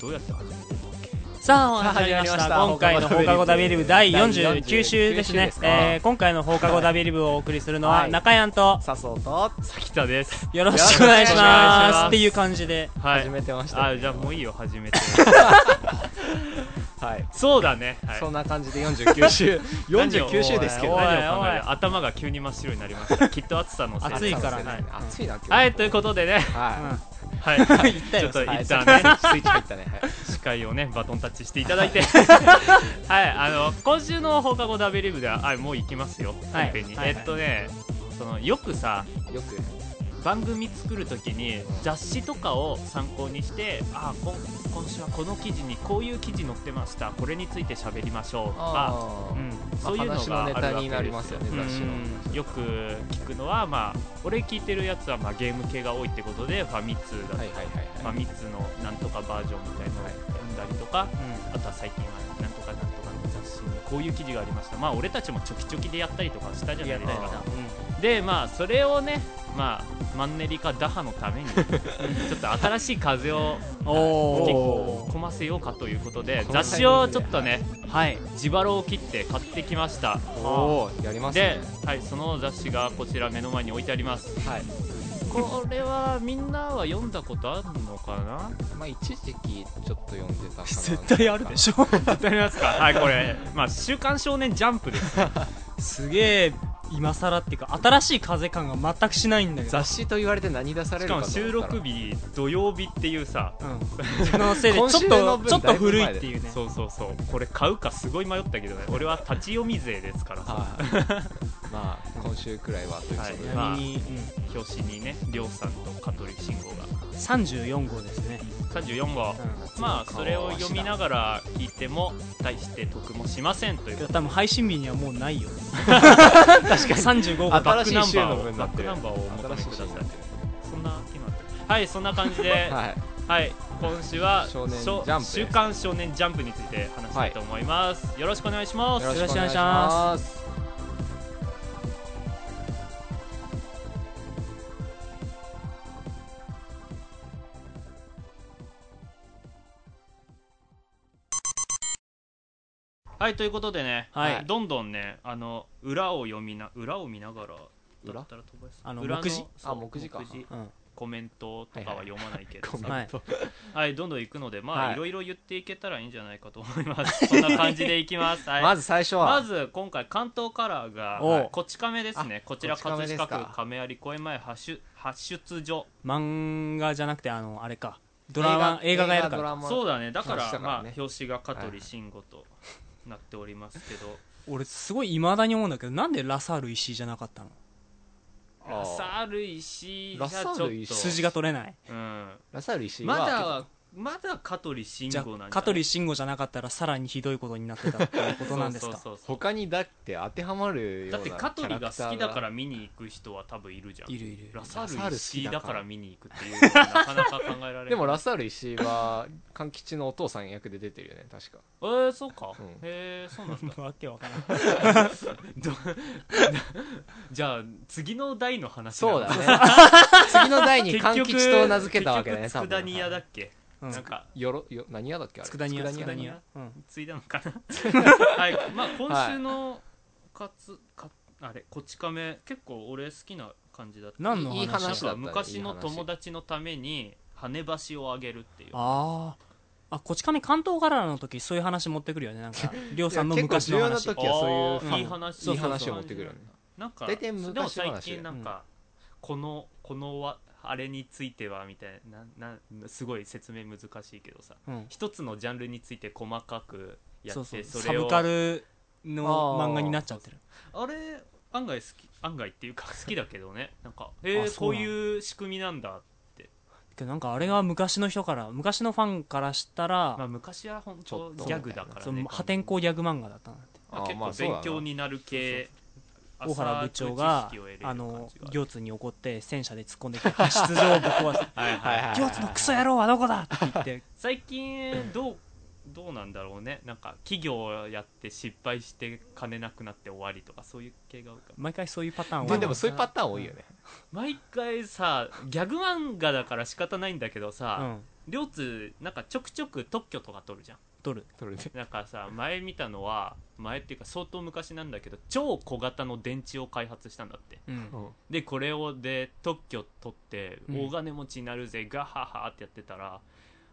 どうやって始めたさあ、さあ始まりました。始まりました今回の放課後ダビリブ第49 49週です週ねで。すかえー今回の放課後ダビリブをお送りするのは、はい中山と、笹生と滝田ですよろしくお願いしよろしくお願まいしす。ますっていう感じで。はい始めてましたあじゃあもういいよ始めてはいそうだねはいそんな感じで49週 49週ですけどおい何を考える頭が急に真っ白になりましたきっと暑さのせい暑いからねはい暑いな今日はいということでねははい 言ったちょよっといはい一さっ旦きねねスイッチ入っ たねはい司会をねバトンタッチしていただいてはいあの今週の放課後ダビリブではあもう行きますよはい本編にはいえっとねそのよくさよく番組作る時に雑誌とかを参考にしてあこん今週はこの記事にこういう記事載ってましたこれについて喋りましょうとか、あうーん、そういうの話がのあネるわタけになりでますすよよね雑誌うんよく聞くのはまあ俺聞いてるやつはまあゲーム系が多いってことでファミ通だとのかはいはいはいまはあ、3いつのなんとかバージョンみたいなのを読んだりとか、あとは最近はなんとかなんとかの雑誌にこういう記事がありましたまあ俺たちもちょきちょきでやったりとかしたじゃないですやったかでまあそれをねまあマンネリ化打破のために ちょっと新しい風を結構おー。こませようかということでこのタイミングで雑誌をちょっとねはい。自腹を切って買ってきましたおーやりますでね、はい、その雑誌がこちら目の前に置いてありますはいこれはみんなは読んだことあるのかなまあ一時期ちょっと読んでたかな絶対あるでしょ。当たりますかはいこれまあ「週刊少年ジャンプ」です すげえ、今更っていうか、新しい風感が全くしないんだけど。雑誌と言われて何出されしるかかもと思ったら収録日土曜日っていうさうん。そのせいで、ちょっ今週のと、分ちょっと古いっていうね。そうそうそうこれ買うかすごい迷ったけどね俺は立ち読み勢ですからさはいまあ今週くらいはということはいちでなみに、うん表紙にねりょうさんと香取慎吾が34号ですね。 34号うまあそれを読みながら聞いても大して得もしませんというん。けこどと多分配信日にはもうないよ。 確かに。35号だあとバックナ新ンしい週バのーを分になバっッてクるナンバーをお求め新しいく週だにさないってるそんな今はいそんな感じで、 はいはい、今週は少年しジャょンプです週刊少年ジャンプについて話したいと思います、よろしくお願いしますろしくお願いしよまろしくお願いしますはいということでね、はいはいどんどんねあの裏を読みな裏を見ながら裏だったら飛ばすあの裏目次そうあ目次かうんコメントとかは読まないけどさコはメいンはトいはい。どんどん行くのでまあ、はいい、ろいろ言っていけたらいいんじゃないかと思いますそんな感じでいきます、はい、まず最初はまず今回関東カラーがおうはいこち亀ですねこちらこち亀葛です飾か区亀有公園前発出発出所漫画じゃなくてあのあれかドラマ映画がやるかドらラマそうだねだか表ら紙だからまねあ表紙が香取慎吾となっておりますけど俺すごい未だに思うんだけどなんでラサール石井じゃなかったのあーラサール石井じゃラちサょっールと石井筋が取れないうんラサール石井まはだまだ香取慎じゃ吾なんあじ香ゃない取慎吾じゃなかったらさらにひどいことになってたっていうことなんですかそうそうそう他にだって当てはまるようだっなキてャ香ラクター取が好きだから見に行く人は多分いるじゃんいるいるいるラサラサーールル石石井井だだからから見に行くっていうのはなかなか考えられないでもラサール石井は勘吉のお父さん役で出てるよね確かえー、そうか、うんへえそう なんだわけわからんどじゃあ次の代の話なそのうだね次の代に勘吉と名付けたわけだね結局多佃分煮屋だっけ、うんなんかよろよ何屋だっけあれ佃煮屋佃佃煮煮屋屋うんついだのか なはいまあ今週のかつかあれこち亀結構俺好きな感じだった何のいい話だなん話だかったね昔の友達達のために羽橋をあげるっていうあーあこち亀関東からの時そういう話持ってくるよねなんかりょうさんの昔の話結構重要な時はそういうファあーンいい話そうそうそう話を持ってくるよねなんか大体昔でも話だよ最近なんか、このこのわあれについてはみたいななんなんすごい説明難しいけどさうん一つのジャンルについて細かくやそうっそてうそサれをブカルの漫画になっちゃってるあれ案外好き案外っていうか好きだけどねなん かえあー、そこううなのいう仕組みなんだけどなんかあれが昔の人から昔のファンからしたら、まあ昔は本ちょ当っギとャグだからそねの破天荒ギャグ漫画だったなってまあ結構勉強になる系大原部長が浅く知識を得れるあ感じのが行津に怒って戦車で突っ込んできて発出場をぶっ壊すはいはいはいはいはい行津のクソ野郎はどこだって言って最近どう どうなんだろうねなんか企業やって失敗して金なくなって終わりとかそういう系が多いかも毎回そういうパターンまあでも多そういうパターン多いよね毎回さギャグ漫画だから仕方ないんだけどうさん両津、なんかちょくちょく特許とか取るじゃん取るそれでなんかさ前見たのは前っていうか相当昔なんだけど超小型の電池を開発したんだってうんうんでこれをで特許取ってうん大金持ちになるぜ、ガッハッハってやってたら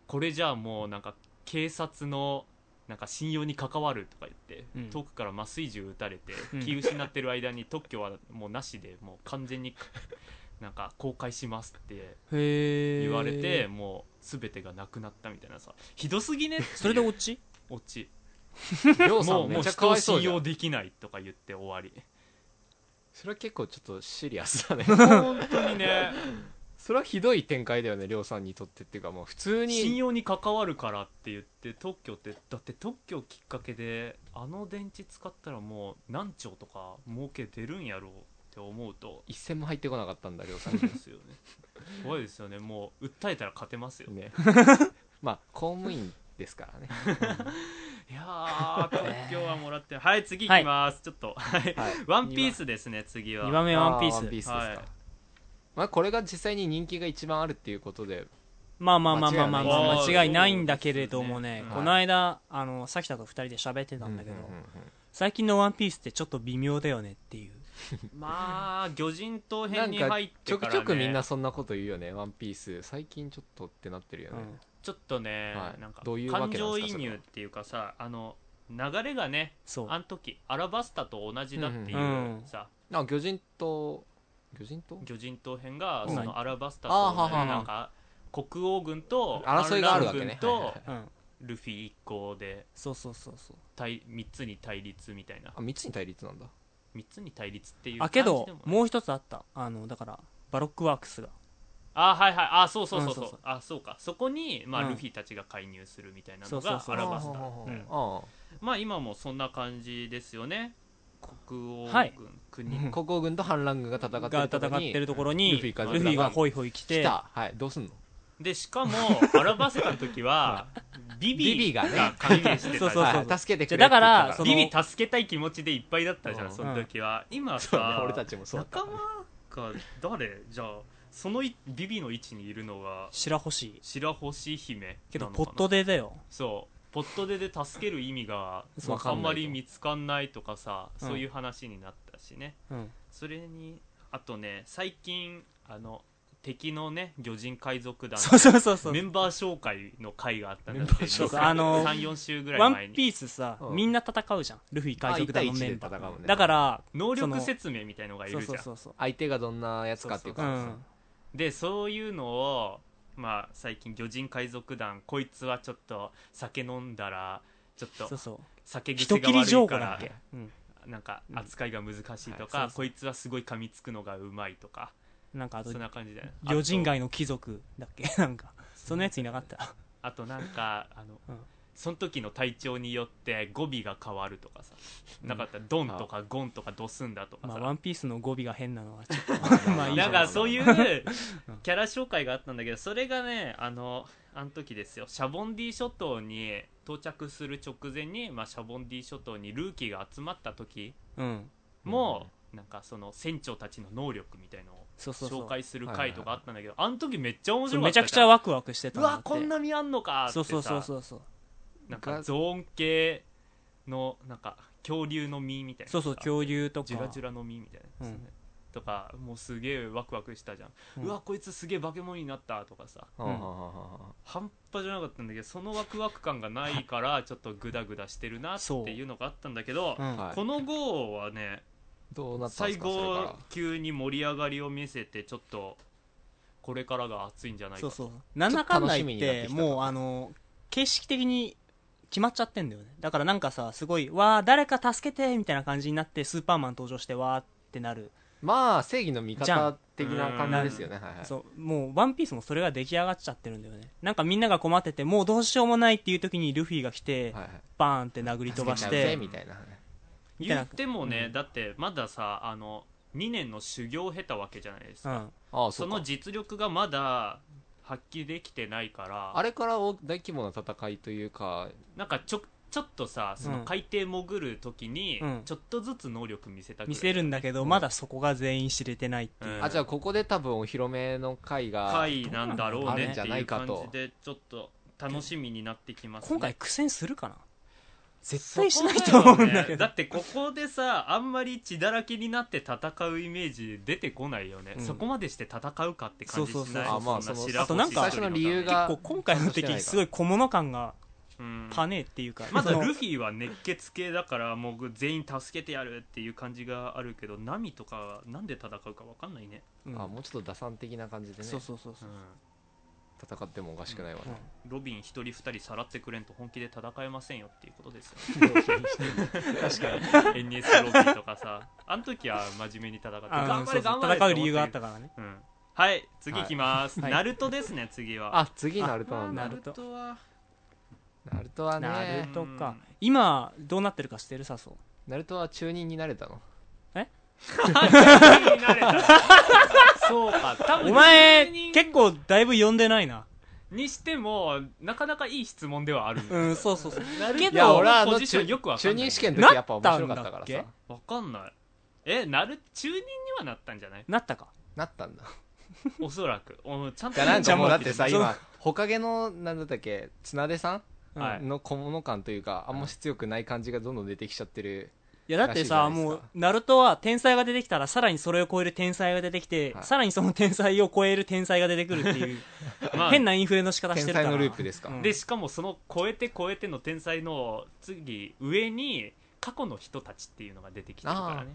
これじゃあもうなんか警察のなんか信用に関わるとか言って、うん遠くから麻酔銃撃たれてうん気失ってる間に特許はもうなしでもう完全になんか公開しますってへえ言われて、もう全てがなくなったみたいなさひどすぎねっていうそれでオチ落ちりょうさもんうめもっうちゃか人をわいそ信うじゃ用んできないとか言って終わりそれは結構ちょっとシリアスだ ね本当にねそれはひどい展開だよねりょうさんにとってっていうかもう普通信に用に関わるからって言って特許ってだって特許きっかけであの電池使ったらもう何兆とか儲け出るんやろうって思うと一銭も入ってこなかったんだりょうさんそうです よね怖いですよねもう訴えたら勝てますよ ねまあ公務員ですからねいやー特許はもら ってはい次いきます、ちょっとはいはいワンピースですね次は2番目あーワンピースワンピースですか、はいまあこれが実際に人気が一番あるっていうことでまあまあまあまあまあまあ間違いない間違いないんだけれどもねそうですねこの間あのさきたと2人で喋ってたんだけど、うんうんうん最近の「ワンピースってちょっと微妙だよねっていうまあ魚人島な編んにか入っちてょかくら、ね、ちょくみんなそんなこと言うよね「ワンピース最近ちょっとってなってるようね、んちょっとね、はいなんかどういうわ感けなん情ですか移入っていうかさあの流れがねそうあの時アラバスタと同じだっていううんうんさ、あ魚人島魚人島魚人島編がうんそのアラバスタあーと同はじははなんか国王軍と争いがあるわけね反乱軍とうんルフィ一行でそうそうそうそう対3つに対立みたいなあ3つに対立なんだ3つに対立っていう感あじけでもどもう一つあったあのだからバロックワークスがあはいはいあそうそうそうそう,、うんそうそうあそうかそこに、まあうんルフィたちが介入するみたいなのそうがそうそうアラバスタあうんあまあ今もそんな感じですよね国王軍、はい国あ国王軍と反乱軍が戦ってがる戦とこってにるところにルルフフィィががホイホイ来て来たはいどうすんのでしかもアラバスタの時 はビビビビがね関係してたじゃんそうそうそうはい助けてくれじゃあだからって言ったそのビビ助けたい気持ちでいっぱいだったじゃうんんその時は今そうねさ俺たちもそうだった仲間が誰じゃあそのいビビの位置にいるのが白星白星姫けどなのポかなットでだよそうポットでで助ける意味がそうあんまり見つかんないとかさうんそういう話になったしねうんそれにあとね最近あの敵のね魚人海賊団そうそうそうそうメンバー紹介の回があったんだメンバー紹介ああのの34週ぐらワい前ンにピースさうんみんな戦うじゃんルフィ海賊団のメンバあ一対一で戦うーねだから能力その説明みたいのがいそるじうそうゃんそうそう相手がどんなやつかっていううかんでそういうのをまあ最近魚人海賊団こいつはちょっと酒飲んだらちょっそとうそう酒人癖が切り悪情い報かだっらけうんなんか扱いが難しいとうんはいそうかそうこいつはすごい噛みつくのがうまいとかなんかあとそんな感じだよね魚人街の貴族だっけ なんかそんなやついなかったあとなんかあの、うんその時の体調によって語尾が変わるとかさ、なかったドンとかゴンとかドスンだとかまさ、あワンピースの語尾が変なのはち ょっまあいいじゃなんんか そういうキャラ紹介があったんだけどそれがねあのあの時ですよシャボンディ諸島に到着する直前に、まあ、シャボンディ諸島にルーキーが集まった時とうんも、なんかその船長たちの能力みたいのをそうそうそう紹介する回とかあったんだけどあの時めっちゃ面そ白うかめっちたゃくちゃわワクワクしてたうんだってわこんな実あんのかってさそうそうそうそうそうなんかゾーン系のなんか恐竜の実みたいなそうそう恐竜とかジュラジュラの実みたいなやつね、うんとかもうすげえワクワクしたじゃん、ううんわこいつすげえ化け物になったとかさうんうんうんうんうん半端じゃなかったんだけどそのワクワク感がないからちょっとグダグダしてるなっていうのがあったんだけど、うんはいこの号はねどうなったん最ですかそれから後急に盛り上がりを見せてちょっとこれからが熱いんじゃないかそうとそうなんだかんだ言っちょっと楽しみになっててきたなもうあの形式的に決まっちゃってんだよねだからなんかさすごいわー誰か助けてみたいな感じになってスーパーマン登場してわーってなる、まあ正義の味じゃ方ん的な感じですよねはいはいそうもうワンピースもそれが出来上がっちゃってるんだよねなんかみんなが困っててもうどうしようもないっていう時にルフィが来て、はいはいバーンって殴り飛ばし助けちゃうぜてみたいなみたい言なってもね、うんだってまださあの2年の修行を経たわけじゃないですうか、んああそうのか実力がまだ発揮できてないからあれから大大規模な戦いというかなんかちょちょっとさそうのん海底潜る時にうんちょっとずつ能力見せたく見せるんだけど、まだそこが全員知れてないっていう、うんあじゃあここで多分お披露目の回が回なんだろうねってあるんじゃいなういか感とじでちょっと楽しみになってきますね今回苦戦するかな絶そこ対しだよなねいと思うんだけどだってここでさあんまり血だらけになって戦うイメージ出てこないよね、うんそこまでして戦うかって感じしないそうそうそうあまあそんなそ白の星あとなんか一人のために最初の理由が結構今回の敵すごい小物感がうんパネっていうか、まだそのルフィは熱血系だからもう全員助けてやるっていう感じがあるけどナミとかはなんで戦うか分かんないね、うんあもうちょっと打算的な感じでねそうそうそううそう、ん戦ってもおかしくないわうんね、ロビン一人二人さらってくれんと本気で戦えませんよっていうことですよ確かに NS ロビンとかさあの時は真面目に戦って あの頑張れそうそ頑う張れ戦う理由があっらたからねうん、はい次いきます、はいナルトですね次はあ次ナルトなんまあナなだるルト はナルトはねなナるルとうかん今どうなってるか知ってるさそうトは中人になれたの気になれたそうか多分お前人結構だいぶ呼んでないなにしてもなかなかいい質問ではあるんだうんそうそうそうなるけどけいどや俺俺はあのポジションよくわかん中ない人試験なのっ時やっぱ面白かったたんかだっらけさわかんないえなる中人にはなったんじゃないなったかなったんだおそらくおちゃんいとやなんかもうだってさちゃんと今ほかげのなんだったっけ綱出さうんはいんの小物感というかあんまし強くない感じがどんどん出てきちゃってるいやだってらさしいじゃないもですうかナルトは天才が出てきたらさらにそれを超える天才が出てきて、はいさらにその天才を超える天才が出てくるっていうまあ変なインフレの仕方し天てるから才のループですかうんでしかもその超えて超えての天才の次上に過去の人たちっていうのが出てきてるからねあー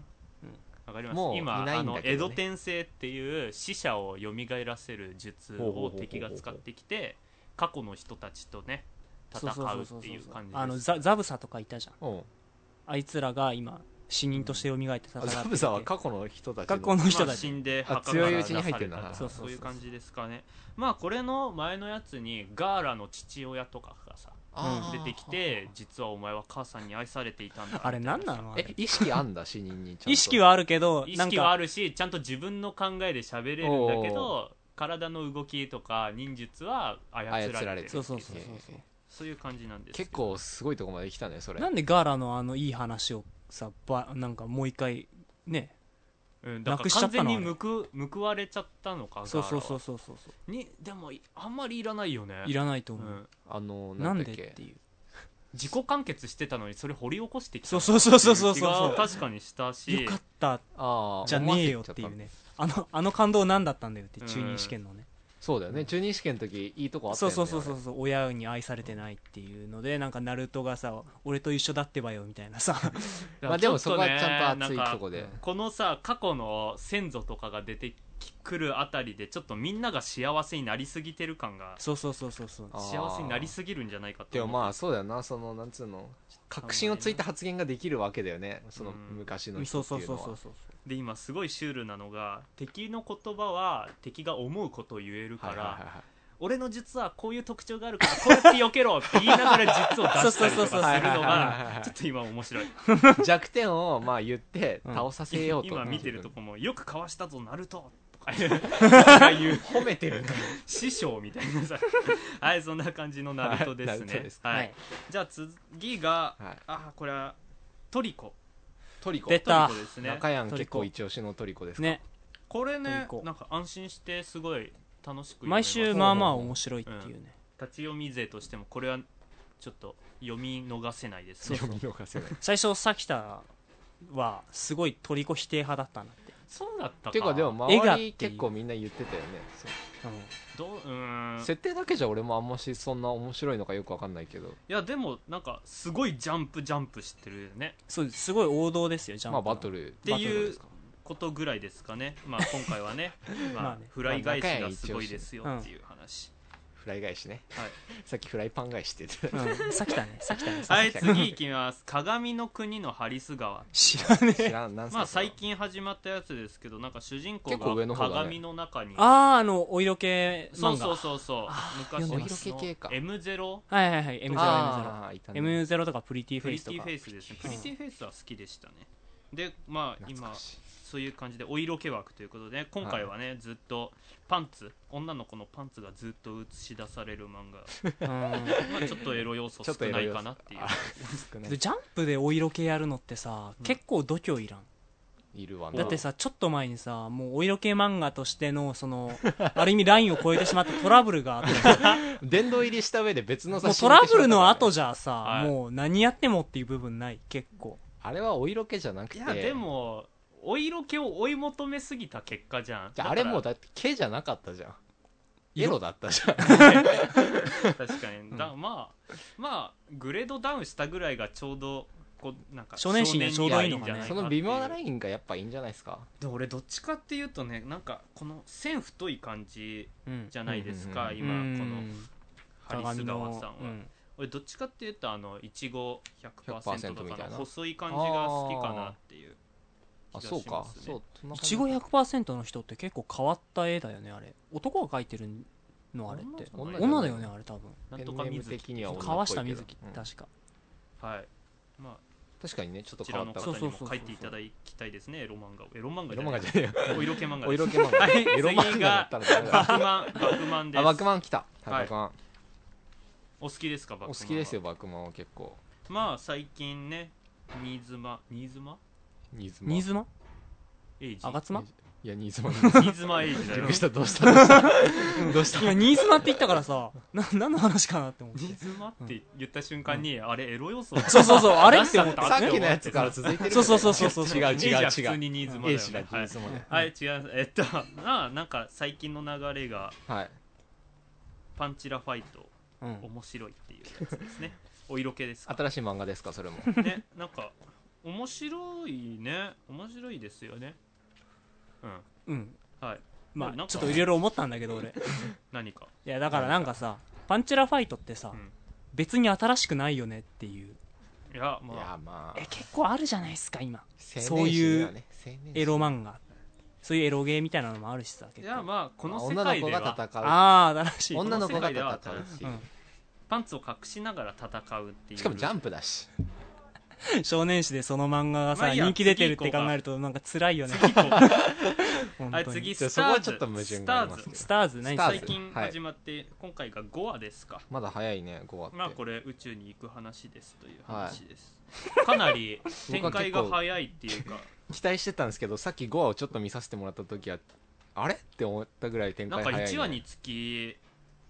うんわかりますもう今いないあんだのけどね江戸天聖っていう死者を蘇らせる術ほうほうほうをほう敵が使ってきて過去の人たちとね戦うっていう感じですあのザザブサとかいたじゃんうんあいつらが今死人として蘇って戦っあててザブザは過去の人たち学校の人またあ死ち、んであ墓強からいう出うちに入さってれんだたなとかそうそうそうそういう感じですかねまあこれの前のやつにガーラの父親とかがさあ出ーてきて実はお前は母さんに愛されていたんだあれなんなみたいのあれえ意識あんだ死人にちゃんと意識はあるけど意なん識はあかるしちゃんと自分の考えで喋れるんだけど体の動きとか忍術は操られてる操られてるそうそうそうそうえそういう感じなんですけど結構すごいとこまで来たねそれなんでガーラのあのいい話をさばなんかもう一回ねうんだなからくしちゃ完った全のに報報われちゃったのかそうそうそううそうそうそにでもあんまりいらないよねういらないうと思う、んあのななんんだでっっけていう自己完結してたのにそれ掘り起こしてきたそうそうそうそうそうってい気がそ確かにしたうしよかったああじゃねえよっていうねあのあの感動何だったんだよって中任試験のね、そうだよね中任試験の時いいとこあったそうよねそうそうそあうそう親に愛されてないっていうのでなんかナルトがさ俺と一緒だってばよみたいなされまあでもそこはちょっちとねゃんと熱いなんかとこでこのさ過去の先祖とかが出てくるあたりでちょっとみんなが幸せになりすぎてる感がそうそうそうそうそうあー幸せになりすぎるんじゃないかとで思もうまあそうだよなそのなんつうの確信をついた発言ができるわけだよねそのうん昔のそう人ってそういうのそうはそうそうで今すごいシュールなのが敵の言葉は敵が思うことを言えるから、はいはいはいはい俺の術はこういう特徴があるからこうやって避けろって言いながら術を出したりとかするのがちょっと今面白い弱点をまあ言って倒させようと、今見てるとここもよくかわしたぞナルトとか 言う褒めてる師匠みたいなさはいそんな感じのナルトではすいナルトねですはい、はいじゃあ次が、はいあこれはトリコトリコで出たトリコですね中山トリ結コ構一押しのトリコですか、ねこれねトリコなんか安心してすごい楽しく読めま毎す週まあまあ面白いっていうね、立ち読み勢としてもこれはちょっと読み逃せないですね読み逃せないっ最初さきたはすごいトリコ否定派だったんだって、そうだったかていうかでも絵がっていう周り結構みんな言ってたよねそうどううーんい設定だけじゃ俺もあんましそんな面白いのかよくわかんないけどやでもなんかすごいジャンプジャンプしてるよねそうですすごい王道ですよジャンプまあのバトルってバトルいでうすかことぐらいですかねまあ今回はねままああねフライ返しがすごいですよっていう話、フライ返しね、はい さっきフライパン返しって 言ってうんさきたねさきたねはいさっきから次いきます鏡の国のハリス川知らねた知えらんなんすかまあそ最れは近始まったやつですけどなんか主人公結構上がの方だね鏡の中にあああのお色気漫画そうそうそうそうあー昔の読んでますお色気系か M0 はいはいはい M0M0 あーいたね M0 とかプリティフプェイリステとィかフェイスですねプリティフェイスは好きでしたねでまあ懐今かしいそういう感じでお色気枠ということで、ね、今回はね、ずっとパンツ女の子のパンツがずっと映し出される漫画まあちょっとエロ要素ち少ょっとエなロい要素かなっていうあ少ないでジャンプでお色気やるのってさ、うん結構度胸いらんいるわなだってさちょっと前にさもうお色気漫画としてのその ある意味ラインを超えてしまったトラブル があって殿堂入りした上で別のもう雑誌トに行ラってしブまルったからねの後じゃさ、はいもう何やってもっていう部分ない結構あれはお色気じゃなくいてやでもお色気を追い求めすぎた結果じゃんいやあれもうだだって毛じゃなかったじゃんエロだったじゃんから 確かにだまあまあグレードダウンしたぐらいがちょうどこうなんか少年誌にはちょうどいいのかね少年にはいんじゃないそっていうの微妙なラインがやっぱいいんじゃないですかで俺どっちかっていうとねなんかこの線太い感じうんじゃないですか、うん今このハリス鏡川のさんは、うん俺どっちかっていうとあのいちご100% 100%とみかたいのな細い感じが好きかなっていうあそうかそうそんない感じちご100%の人って結構変わった絵だよねあれ男が描いてるのあれって女じゃない女だよねあれ多分なんとか水ペンネーム的には女っぽいけど川下美月うん確か、はいまあ確かにねちょっとこち変らわのった方そうにそうもそうそう書いていただきたいですねエロ漫画をエロ漫画エじロゃな漫画いじゃねえよお色気漫画お色気気漫画はいエロ漫次画だがったら ダメだバクマンバクマンであすバクマン来たははいいバクマンお好きですかバクマンおは好きですよバクマンは結構まあ最近ね新妻新妻新妻新妻エイジあがつまいや新妻びっ新妻エイジだくよりしたどうしたどうしたどうした今新妻って言ったからさな何の話かなって思って 新妻って言った瞬間に、あれエロ要 素そうそうそうあれって思ったさっきのやつから続いてるそうそうそうそうそう 違う違う違エうイジは普通に新妻だエよイジだね新はい妻ねはい、違うえっと まあなんか最近の流れがはいパンチラファイトうん面白いっていうやつです ねお色気ですか新しい漫画ですかそれもねなんか面白いね面白いですよねうんうんはいまなんあかちょっといろいろ思ったんだけ ど俺何かいやだからなんかさパンチラファイトってさ、うん別に新しくないよねっていういやいまあやまあえ結構あるじゃないですか今そういうエロ漫画そういうエロゲーみたいなのもあるしさい結構やまあこの世女の界子でがは戦うああ新しい女の子がこの世界では戦うし、パンツを隠しながら戦うっていうしかもジャンンプだし少年誌でその漫画がさ、まあいいや人気出てるって考えるとなんか辛いよね次行こう 本はい当に次じゃあスそタこーはズちょっと矛盾がありますスターけどスターズ何スターズズ最近はい始まって、今回が5話ですかまだ早いね5話って、まあこれ宇宙に行く話ですという話です、かなり展僕は結構開が早いっていうか期待してたんですけどさっき5話をちょっと見させてもらった時はあれって思ったぐら い展なん開か早い、ね、 1話につき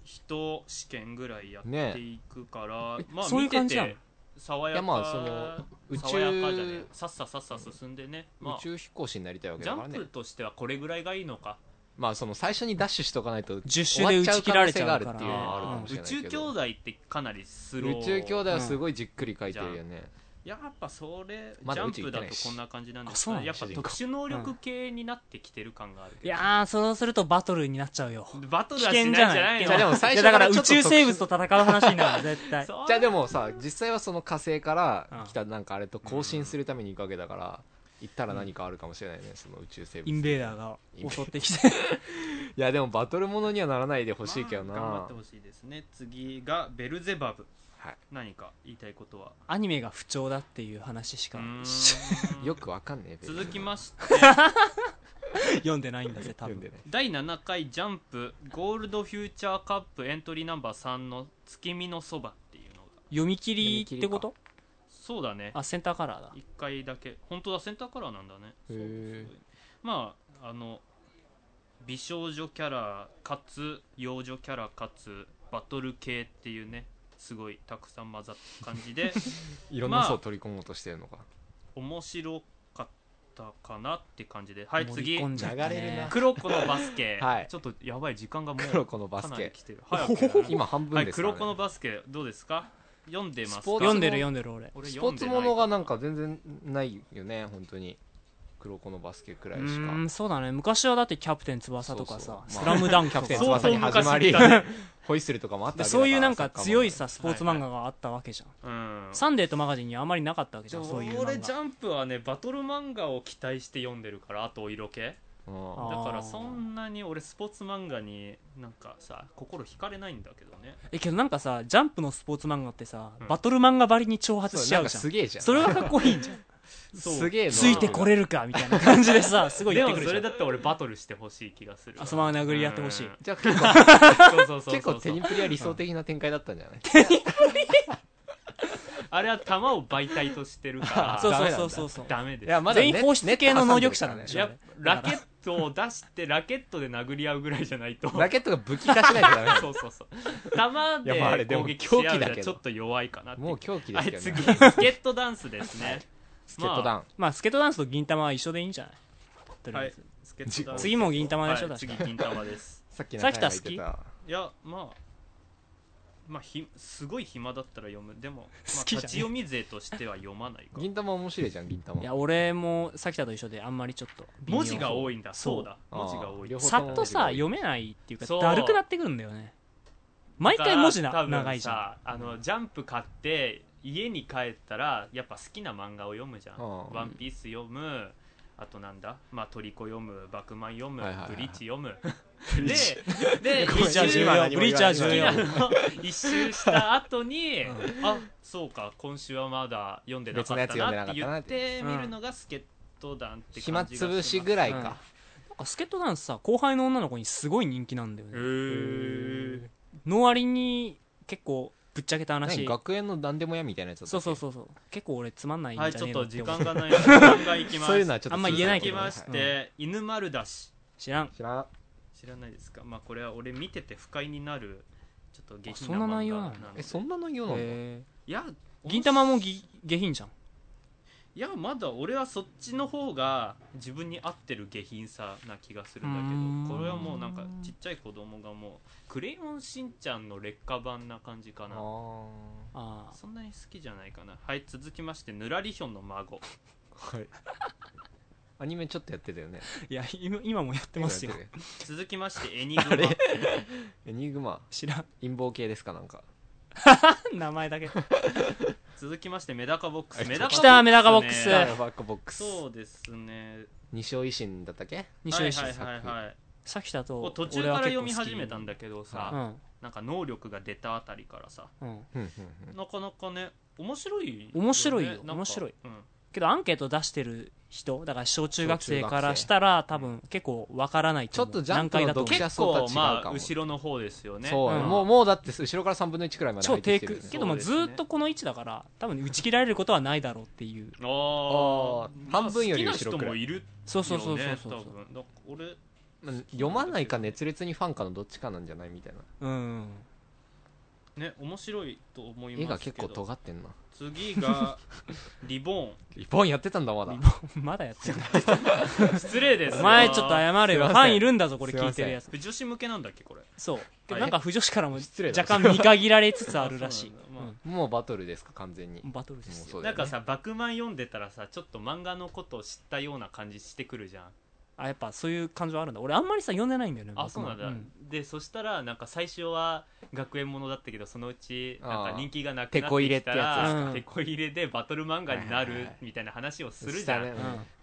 1試験ぐらいやっていくから、ねまあそうい見うて感じなのて爽やいやかまあその宇爽やかじゃねえ宙さっささっさ進んでね、ま宇あ、ジ宙飛行士になりたいわけだかャらンねプとしてはこれぐらいがいいのか、まあその最初にダッシュしとかないと10終周でわ打っちゃちう切可ら能れち性がゃあうるかっらていうのはあるかもし宇れない宙け兄ど、弟ってかなりスロー宇宙兄弟はすごいじっくり書いてるよね、やっぱそれ、まジだャ宇ン宙行プってだないとしこんな感じなんであすそうながのやっぱ主人公特殊能力系になってきてる感があるいけど、やーそうするとバトルになっちゃうよバトル危はしない険んじじゃゃなないいいのやでも最いや初だかかららちょ宇っと特殊宙生物と戦う話になる絶対そうじゃあでもさ実際はその火星から来たなんかあれと交信するために行くわけだから、行ったら何かあるかもしれないねその宇宙生物インベーダーいがインベーダー襲ってきてやでもバトルものにはならないでほしいけどな、まあ頑張ってほしいですね次がベルゼバブはい何か言いたいことは アニメが不調だっていう話しうかーん よくわかんねえべ続きま して読んでないんだぜ多読んで分ね第7回ジャンプゴールドフューチャーカップエントリーナンバー3の月見のそばっていうのが読み切りってことそうだねあセンターカラーだ1回だけ本当だセンターカラーなんだねへーそうすごいまああの美少女キャラかつ幼女キャラかつバトル系っていうねすごいたくさん混ざった感じで いろんな層を取り込もうとしてるのか、面白かったかなって感じではい盛次り込んじゃったね流れるな黒子のバスケ、 はいちょっとやばい時間がもう黒子のバスケかなり来てる早くだね今 半は分い、ですか黒ら、ね子のバスケどうですか読んでますかスポーツ読んでる読んでる俺俺スポ読でーツないものがなんか全然ないよね本当に黒子のバスケくらいうしかーんそうだね昔はだって「キャプテン翼」とかそうさ「そうスラムダンキキャャププテテン相ン翼当に始昔ま見りたね ホイッスルとかもあったでわけだからそういうなんか強いさスサッポーツ漫画があったわけじゃん、うんサンデーとマガジンにあまりなかったわけじゃんそういう俺漫ジ画ャンプはねバトル漫画を期待して読んでるからあとお色気だカーもあねーからそんなに俺スポーツ漫画になんかさ心惹かれないんだけどねえけどなんかさジャンプのスポーツ漫画ってさ、うんバトル漫画ばりに挑うん発しそうちなゃんうかじゃんすそげえじゃん れがかっこいいんじゃんそうすげえなついてこれるかみたいな感じで さすごいで言ってもくるそじれゃんだったら俺バトルしてほしい気がするあそのまま殴り合ってほしいうんじゃあ結構 そうそうそうそう結構テニプリは理想的な展開だったんじゃ ないあれは弾を媒体としてるからそうダメなんだそうそうそう ダメですいやまだ全員放出系の能力者なんでしょやっぱラケットを出してラケットで殴り合うぐらいじゃないとラケットが武器化しないとダメそうそうそう弾いやまああれででも攻撃し合うじ狂気だゃけどちょっと弱いかなっていうもう狂気で はいすけど次ね スケットダンスですねスケットダウン、まあスケートダンスと銀玉は一緒でいいんじゃないとりあえずスケットダンス次も銀玉でしょはい確次か銀玉ですさっきさっき中とは好山言きってたいやまあまあひすごい暇だったら読むでも、ま好あ、きじゃ立ないち読み勢としては読まないか銀玉面白いじゃん銀玉いや俺もさっきとと一緒であんまりちょっと微妙文字が多いんだそうそうだ文字が多いあー両方さっとさ読めないっていうかだるくなってくるんだよね毎回文字な多分さ長いじゃんあのジャンプ買って家に帰ったらやっぱ好きな漫画を読むじゃん「うんワンピース読むあとなんだ、まあ、トリコ読むバクマン読む、はいはいはいブリーチ読む ででブリーチは重要ブリーチは好重き要なのを 一周した後に、うあそうか今週はまだ読んでなかった別のやつなって読んでな言っかったなっててみるのが助っ人団って暇感じがつぶしぐいらいか、なんかスケートダンスさ後輩の女の子にすごい人気なんだよへねーの割に結構ぶっちゃけた何話学園の何でもやみたいなやつだっそたっうけそうそうそう結構俺つまんないんじはゃいねちょっえのとって時思う間がないので時間がいきます そういうのはちょっとあんま言えないけど続きまして、犬丸出し知らん知らん知らないですかまあこれは俺見てて不快になるちょっと下あ品そんなな漫画内容ななののでえそんな内容なのへいやー銀玉もぎ下品じゃんいやまだ俺はそっちの方が自分に合ってる下品さな気がするんだうーんけどこれはもうなんかちっちゃい子供がもう「クレヨンしんちゃん」の劣化版な感じかなあああそんなに好きじゃないかなはい続きましてぬらりひょんの孫ーはいアニメちょっとやってたよねいや今今もやってますよやってたよね続きましてエニグマあれエニグマ知らん 陰謀系ですかなんか名 前だけ続きましてメダカボックはスいメダカ来たメダカボックスねダーバックボックスそうですね二勝維新だったっけ西尾石はいはいはい、はいさっきだことう途中から読み始めたんだだけど俺はさ、なんか能力が出たあたりからさうんうんうんうんうんなかなかね面白いよね、面白いよなんか面白い、うんけどアンケート出してる人だから小中学生か小中ら学生したら多分結構わからない思うちょっとジャンプの難解だと思う読者結層とは違構うまかあも後ろの方ですよねそううんもうもうだって後ろから3分の1くらいまで入超って低きてるよ空ねけどもそうですねずっとこの位置だから多分打ち切られることはないだろうっていうああーー半分より後ろ好きなく人らもいいるよ、ね、そうそうそうそうそう多分だから俺まあ読まないか熱烈にファンかのどっちかなんじゃないみたいなうん ね面白いと思い絵まがす結け構ど尖ってんな次 がリボリボンやってたんだまだリボンまだやってるン失礼ですよお前ちょっと謝れよすフいませんァンいるんだぞこれ聞いてるやつ女子向けなんだっけこれそうけどはいなんか不女子からも失礼だ若干見限られつつあるらしいあそうなんだまあもうバトルですか完全にうんバトルですもようそうだなんよねかさ「バクマン」読んでたらさちょっと漫画のことを知ったような感じしてくるじゃんあやっぱそういう感情あるんだ俺あんまりさ読んでないんだよねあそうなんだ、でそしたらなんか最初は学園ものだったけどそのうちなんか人気がなくなってきたあらー手こ入れでバトル漫画になはいはいるはいみたいな話をするじゃん、したね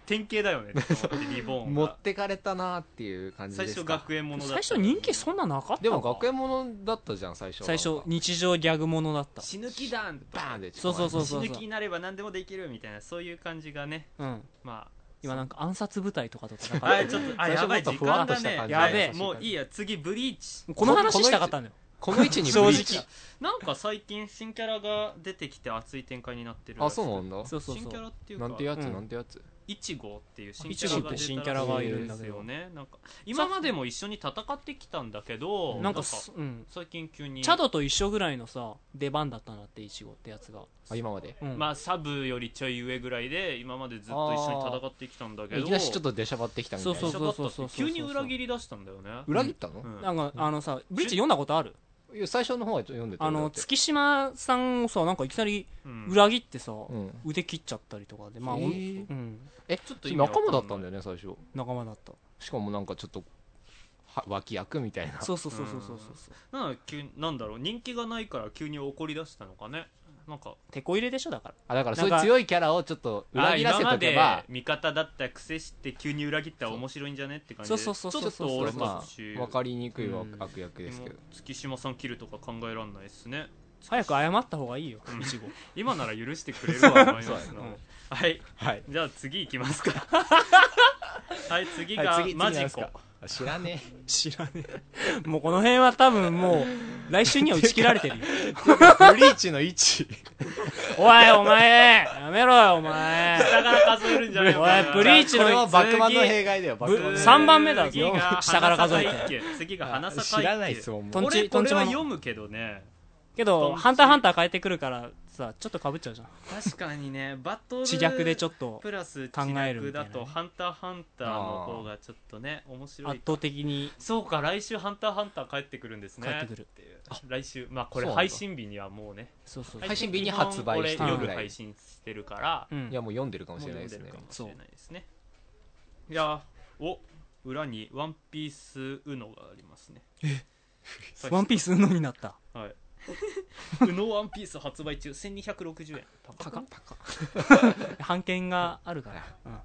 典型だよねって思ってリボうンん持がってかれたなっていう感じで最すか初学園ものだ最った初人気そんななかったでも学園園ものだったじゃん最初最初なんか日常ギャグものだった死ぬ気だんバーバンンでそうそうそう死ぬ気になれば何でもできるみたいなそういう感じがねうんま今なんか暗殺部隊とかと戦っあてあちょっとあ最初やばいもっ時とふわ間っとがしたね感じやべえもういいや次ブリーチこの話したかったのよこの位置に正ブ直リーチなんか最近新キャラが出てきて熱い展開になってるらあしくそうなんだそうそう新キャそラうっていうかなんてやつうんなんてやついちごっていう新いキちャごラっがて新出キたャラらがしいいるんでだすけよどねなんか今までも一緒に戦ってきたんだけどなんか最すうん近急にチャドと一緒ぐらいのさ出番だったんだってイチゴってやつがあ今までうんまあサブよりちょい上ぐらいで今までずっと一緒に戦ってきたんだけどいきなりちょっと出しゃばってきたみたいなそう一緒だったっそうそうそうそうて急に裏切り出したんだよね裏切ったのう、んなんかあのさブリッジ読んだことあるいや最初の方は読んでたあよだのって月島さんをさなんかいきなりうん裏切ってさうん腕切っちゃったりとかでまあおへーうんえちょっと意味わか仲んない間だったんだよね最初仲間だったしかもなんかちょっとは脇役みたいなそうそうそうそうそうそうなんか急になんだろう人気がないから急に怒り出したのかねなんか手こ入れでしょだからあだからなんそうかいう強いキャラをちょっと裏切らせあとけば今まで味方だったくせして急に裏切ったら面白いんじゃねって感じでそうそうそうちょっと俺またちあ分かりにくいわうん悪役ですけど月島さん切るとか考えらんないですね早く謝った方がいいようんイチゴ 今なら許してくれるとは思いますそうのやでうんはいはいじゃあ次行きますか はい次が、はい次次マジなんすコかあ知らねえ知らねえ。もうこの辺は多分もう、来週には打ち切られてる よ。ブリーチの位置おい、お前やめろよ、お前下から数えるんじゃないおい ブリーチのこれはバックマンの次弊害だよバックマンぶの弊害三番目だぞ次が下から数えて花咲一休次が花咲知らないですよもんとん俺ちこれはとんちもの読むけどねけどど、っちハンターハンター変えてくるからさ、ちょっと被っちゃうじゃん。確かにねバトル知略でちょっとプラス知考える略みたいだなねと「ハンターハンター」の方がちょっとね面白い圧倒的に。そうか来週「ハンターハンター」帰ってくるんですね帰ってくるていう来週まあこれそうなんだ配信日にはもうねそうそう配信日に発売しるぐてらい俺夜配信してるからういんや。もう読んでるかもしれないもうです読んねるかもしれないですねいやお裏に「ワンピースうのがありますねえワンピーススのになった。はい うのワンピース発売中1260円高高くっ 判件があるから。うん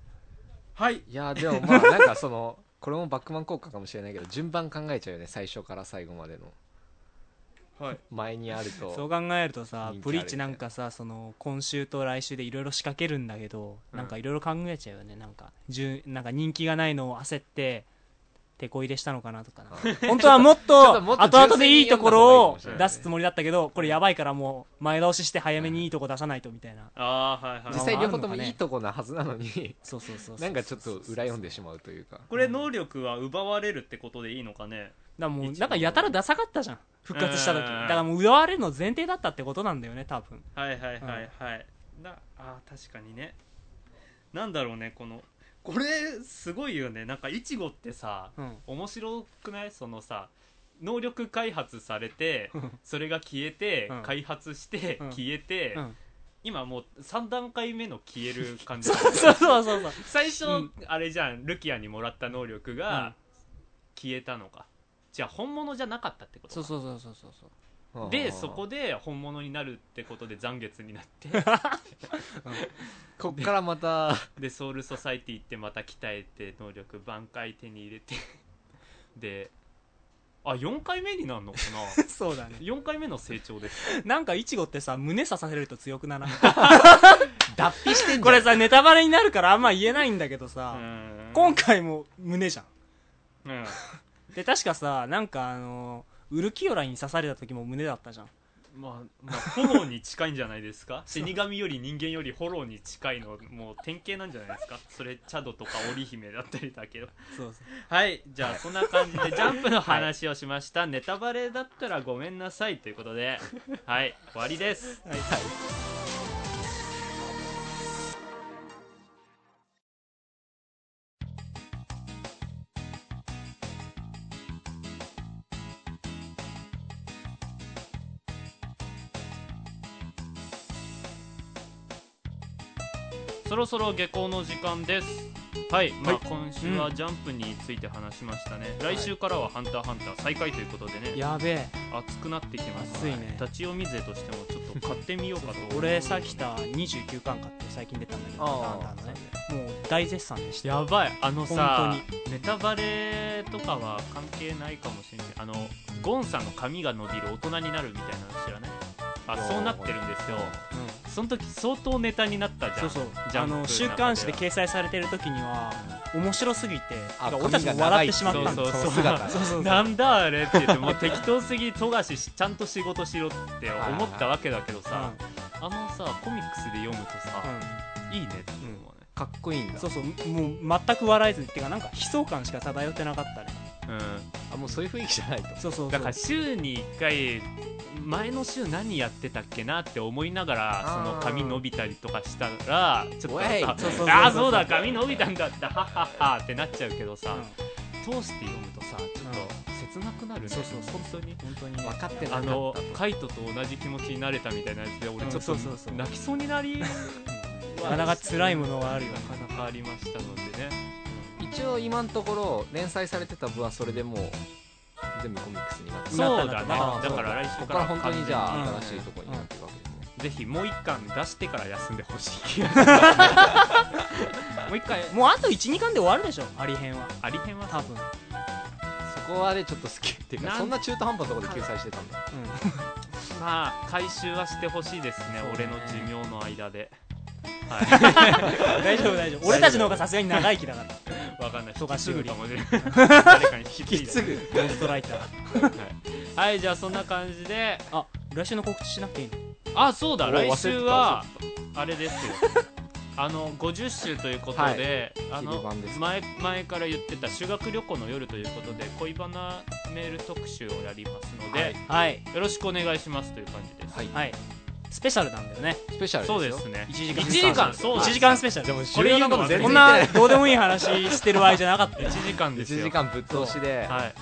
はいいやでもまあなんかそのこれもバックマン効果かもしれないけど順番考えちゃうよね最初から最後までのはい前にあるとそう考えるとさ人気あるみたいなブリーチなんかさその今週と来週でいろいろ仕掛けるんだけど、うんなんかいろいろ考えちゃうよねなんか順なんか人気がないのを焦って手こ入れしたのかなと かな本当はもっちょとっともっと後々でいいところを純粋に読んだ方がいいかもしれないね出すつもりだったけどこれやばいからもう前倒しして早めにいいとこ出さないとみたいな、ああはいはい実際両方ともいいとこなはずなのにそうそうそうそうなんかちょっと裏読んでしまうというかこれ能力は奪われるってことでいいのかねだからもう一応なんかやたらダサかったじゃん復活した時うんだからもう奪われるの前提だったってことなんだよね多分はいはいはいはい、なあー確かにねなんだろうねこのこれすごいよねなんかいちごってさ、うん面白くないそのさ能力開発されてうんそれが消えて、うん開発して、うん消えて、うん 今もう3段階目の消える感じそうそうそうそう最初、うんあれじゃんルキアにもらった能力うんが消えたのかじゃあ本物じゃなかったってことかそうそうそうそうそうそうでそこで本物になるってことで残月になってこっからまたでソウルソサイティ行ってまた鍛えて能力挽回手に入れて であ4回目になるのか なそうだね4回目の成長ですなんかいちごってさ胸刺させると強くならん 脱皮してんじゃ んこれさネタバレになるからあんま言えないんだけどうさ、ん今回も胸じゃんうん で確かさなんかあのウルキオラに刺された時も胸だったじゃんまあ、まあ、炎に近いんじゃないです か死神より人間より炎に近いのもう典型なんじゃないですかそれチャドとか織姫だったりだけどそうそはいじゃあそんな感じ でジャンプの話をしました、ネタバレだったらごめんなさいということではい終わりですうはいそろそろ下校の時間ですはい、まあはい今週はうんジャンプについて話しましたね、はい来週からは「ハンターハンター」再開ということでねやべえ熱くなってきます暑いね立ち読み勢としてもちょっと買ってみようかと思う俺さ来た29巻買って最近出たんだけどあなあんだあのねもう大絶賛でしたやばいあのさ本ネタバレとかは関係ないかもしれないあのゴンさんの髪が伸びる大人になるみたいな話はねあそうなってるんですようんその時相当ネタになったじゃんそうそうジャあンプの中週刊誌で掲載されてる時には面白すぎてあ俺たちも笑ってしまったんそだうそうそう姿そうそうなそんだあれって言ってもう適当すぎ富樫しちゃんと仕事しろって思ったわけだけどうさあのさコミックスで読むとうんうさんいいねって思うねかっこいいんだそうそうもう全く笑えずにっていうかなんか悲壮感しか漂ってなかったねうあもうそういう雰囲気じゃないとそうそうそうんだから週に1回前の週何やってたっけなって思いながらあーその髪伸びたりとかしたらちょっとおいさそうそうそうああそうだ髪伸びたんだったはっはっはってなっちゃうけどうんさ通して読むとさちょっと切なくなるねそうそうそう本当に本当に分かってなかあったとのカイトと同じ気持ちになれたみたいなやつで俺ちょっうとんそうそうそう泣きそうにな りなかなか辛いものがあるよなかなかありましたのでね一応今のところ連載されてた部はそれでもう全部コミックスになってなそうだねあだから来こ週こかからら本当にじゃ完全あ新にしいとこになっていくわけですねぜひもう一巻出してから休んでほしい気が もう一回もうあと12巻で終わるでしょアリ編はありへんは多分そこはねちょっと好きっていうかなんそんな中途半端なところで救済してたんだまあ回収はしてほしいですねそう俺ねの寿命の間では 大丈夫大丈夫俺たちの方がさすがに長生きだ から い、わかんない。富樫より引き継ぐかもしれない。誰かに引き継すぐ。ぐゴーストライターはい、はい、じゃあそんな感じで、あ来週の告知しなくていいのあ、そうだ、お来忘れ週てたはあれ ですよ。あの50週ということで、あ切りの番です前前から言ってた修学旅行の夜ということで恋バナメール特集をやりますので、はいはいよろしくお願いしますという感じです。はいはいスペシャルなんだよねスペシャルそうでですよすね。 1時間1時間、スペシャルそう1時間スペシャルでもこれ重要なこと全こん然言っなてどうでもいい話してる場合じゃなかったよ1時間です1よ。時間ぶっ通しではい。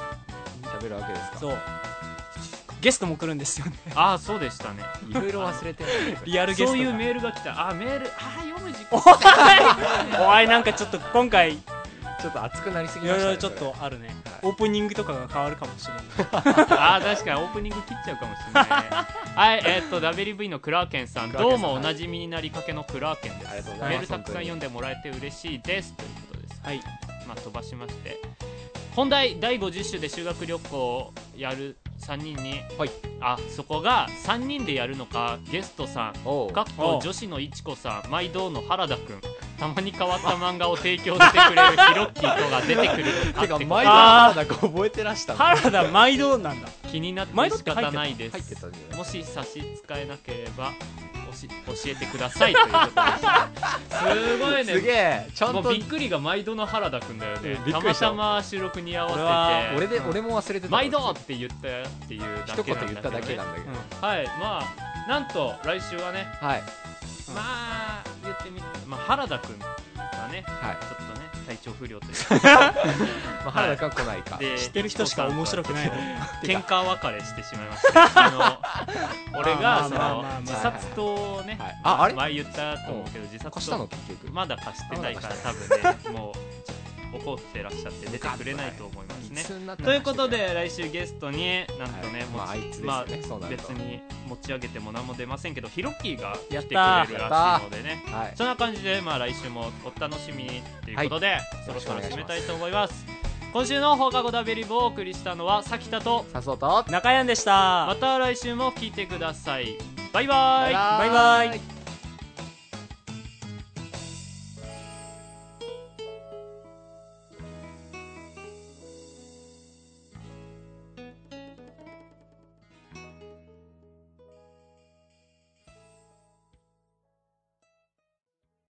喋るわけですかそうゲストも来るんですよねああ、そうでしたね。いろいろ 忘れてるリアルゲストそうがいう メールが来た。あー、メール、あー、読む時間。おいなんかちょっと今回い ちょっと熱くなりすぎまろしいたろねちょっとあるねはいオープニングとかが変わるかもしれないあー確かにオープニング切っちゃうかもしれないはいえーっと WV のクラーケンさんクラーケどうンさんもおなじみになりかけのクラーケンでありがとうごすざメいますールたくさん本当に読んでもらえて嬉しいですということですはいまあ飛ばしまして本題第50週で修学旅行をやる3人に、はいあそこが3人でやるのかゲストさんおうかっおこう女子のいちこさん毎度の原田くんたまに変わった漫画を提供してくれるヒロッキーとが出てくるて あかって毎あ度ーなんか覚えてらしたの原田毎度なんだ気になって毎度っ仕て入ってた方ないです入ってたんじゃないもし差し支えなければおし教えてくださいということ ですすごいねすげえちゃんもとうびっくりが毎度の原田くんだよねうんびったくりましたたま収録に合俺わはせて俺で俺も忘れてた毎度って言ったよっていうだけ一言なんだけど、ね、言っただけなんだけどうはいまあなんと来週はねはいうんまあ言ってみて、まあ、原田くんがねはいちょっとね体調不良というまあ原田か来ないかで知ってる人しか面白くないの喧嘩別れしてしまいました、 あの俺がそまあまあまあのまあ自殺とね、はいああれ前言ったと思うけど自殺と貸したの結局まだ貸してないから多分ねもう怒ってらっしゃって出てくれないと思いますねいつになったらということで来週ゲストになんとね、はいまああいつですよねまあそうなる別とに持ち上げても何も出ませんけどヒロッキーが来やてくれっるたーらしいのでねはいそんな感じで、まあ、来週もお楽しみにということで、そろそろ締めたいと思います今週の放課後ダベリブをお送りしたのはさきたとさそうと中山でしたまた来週も聞いてくださいバイバイバイバイイ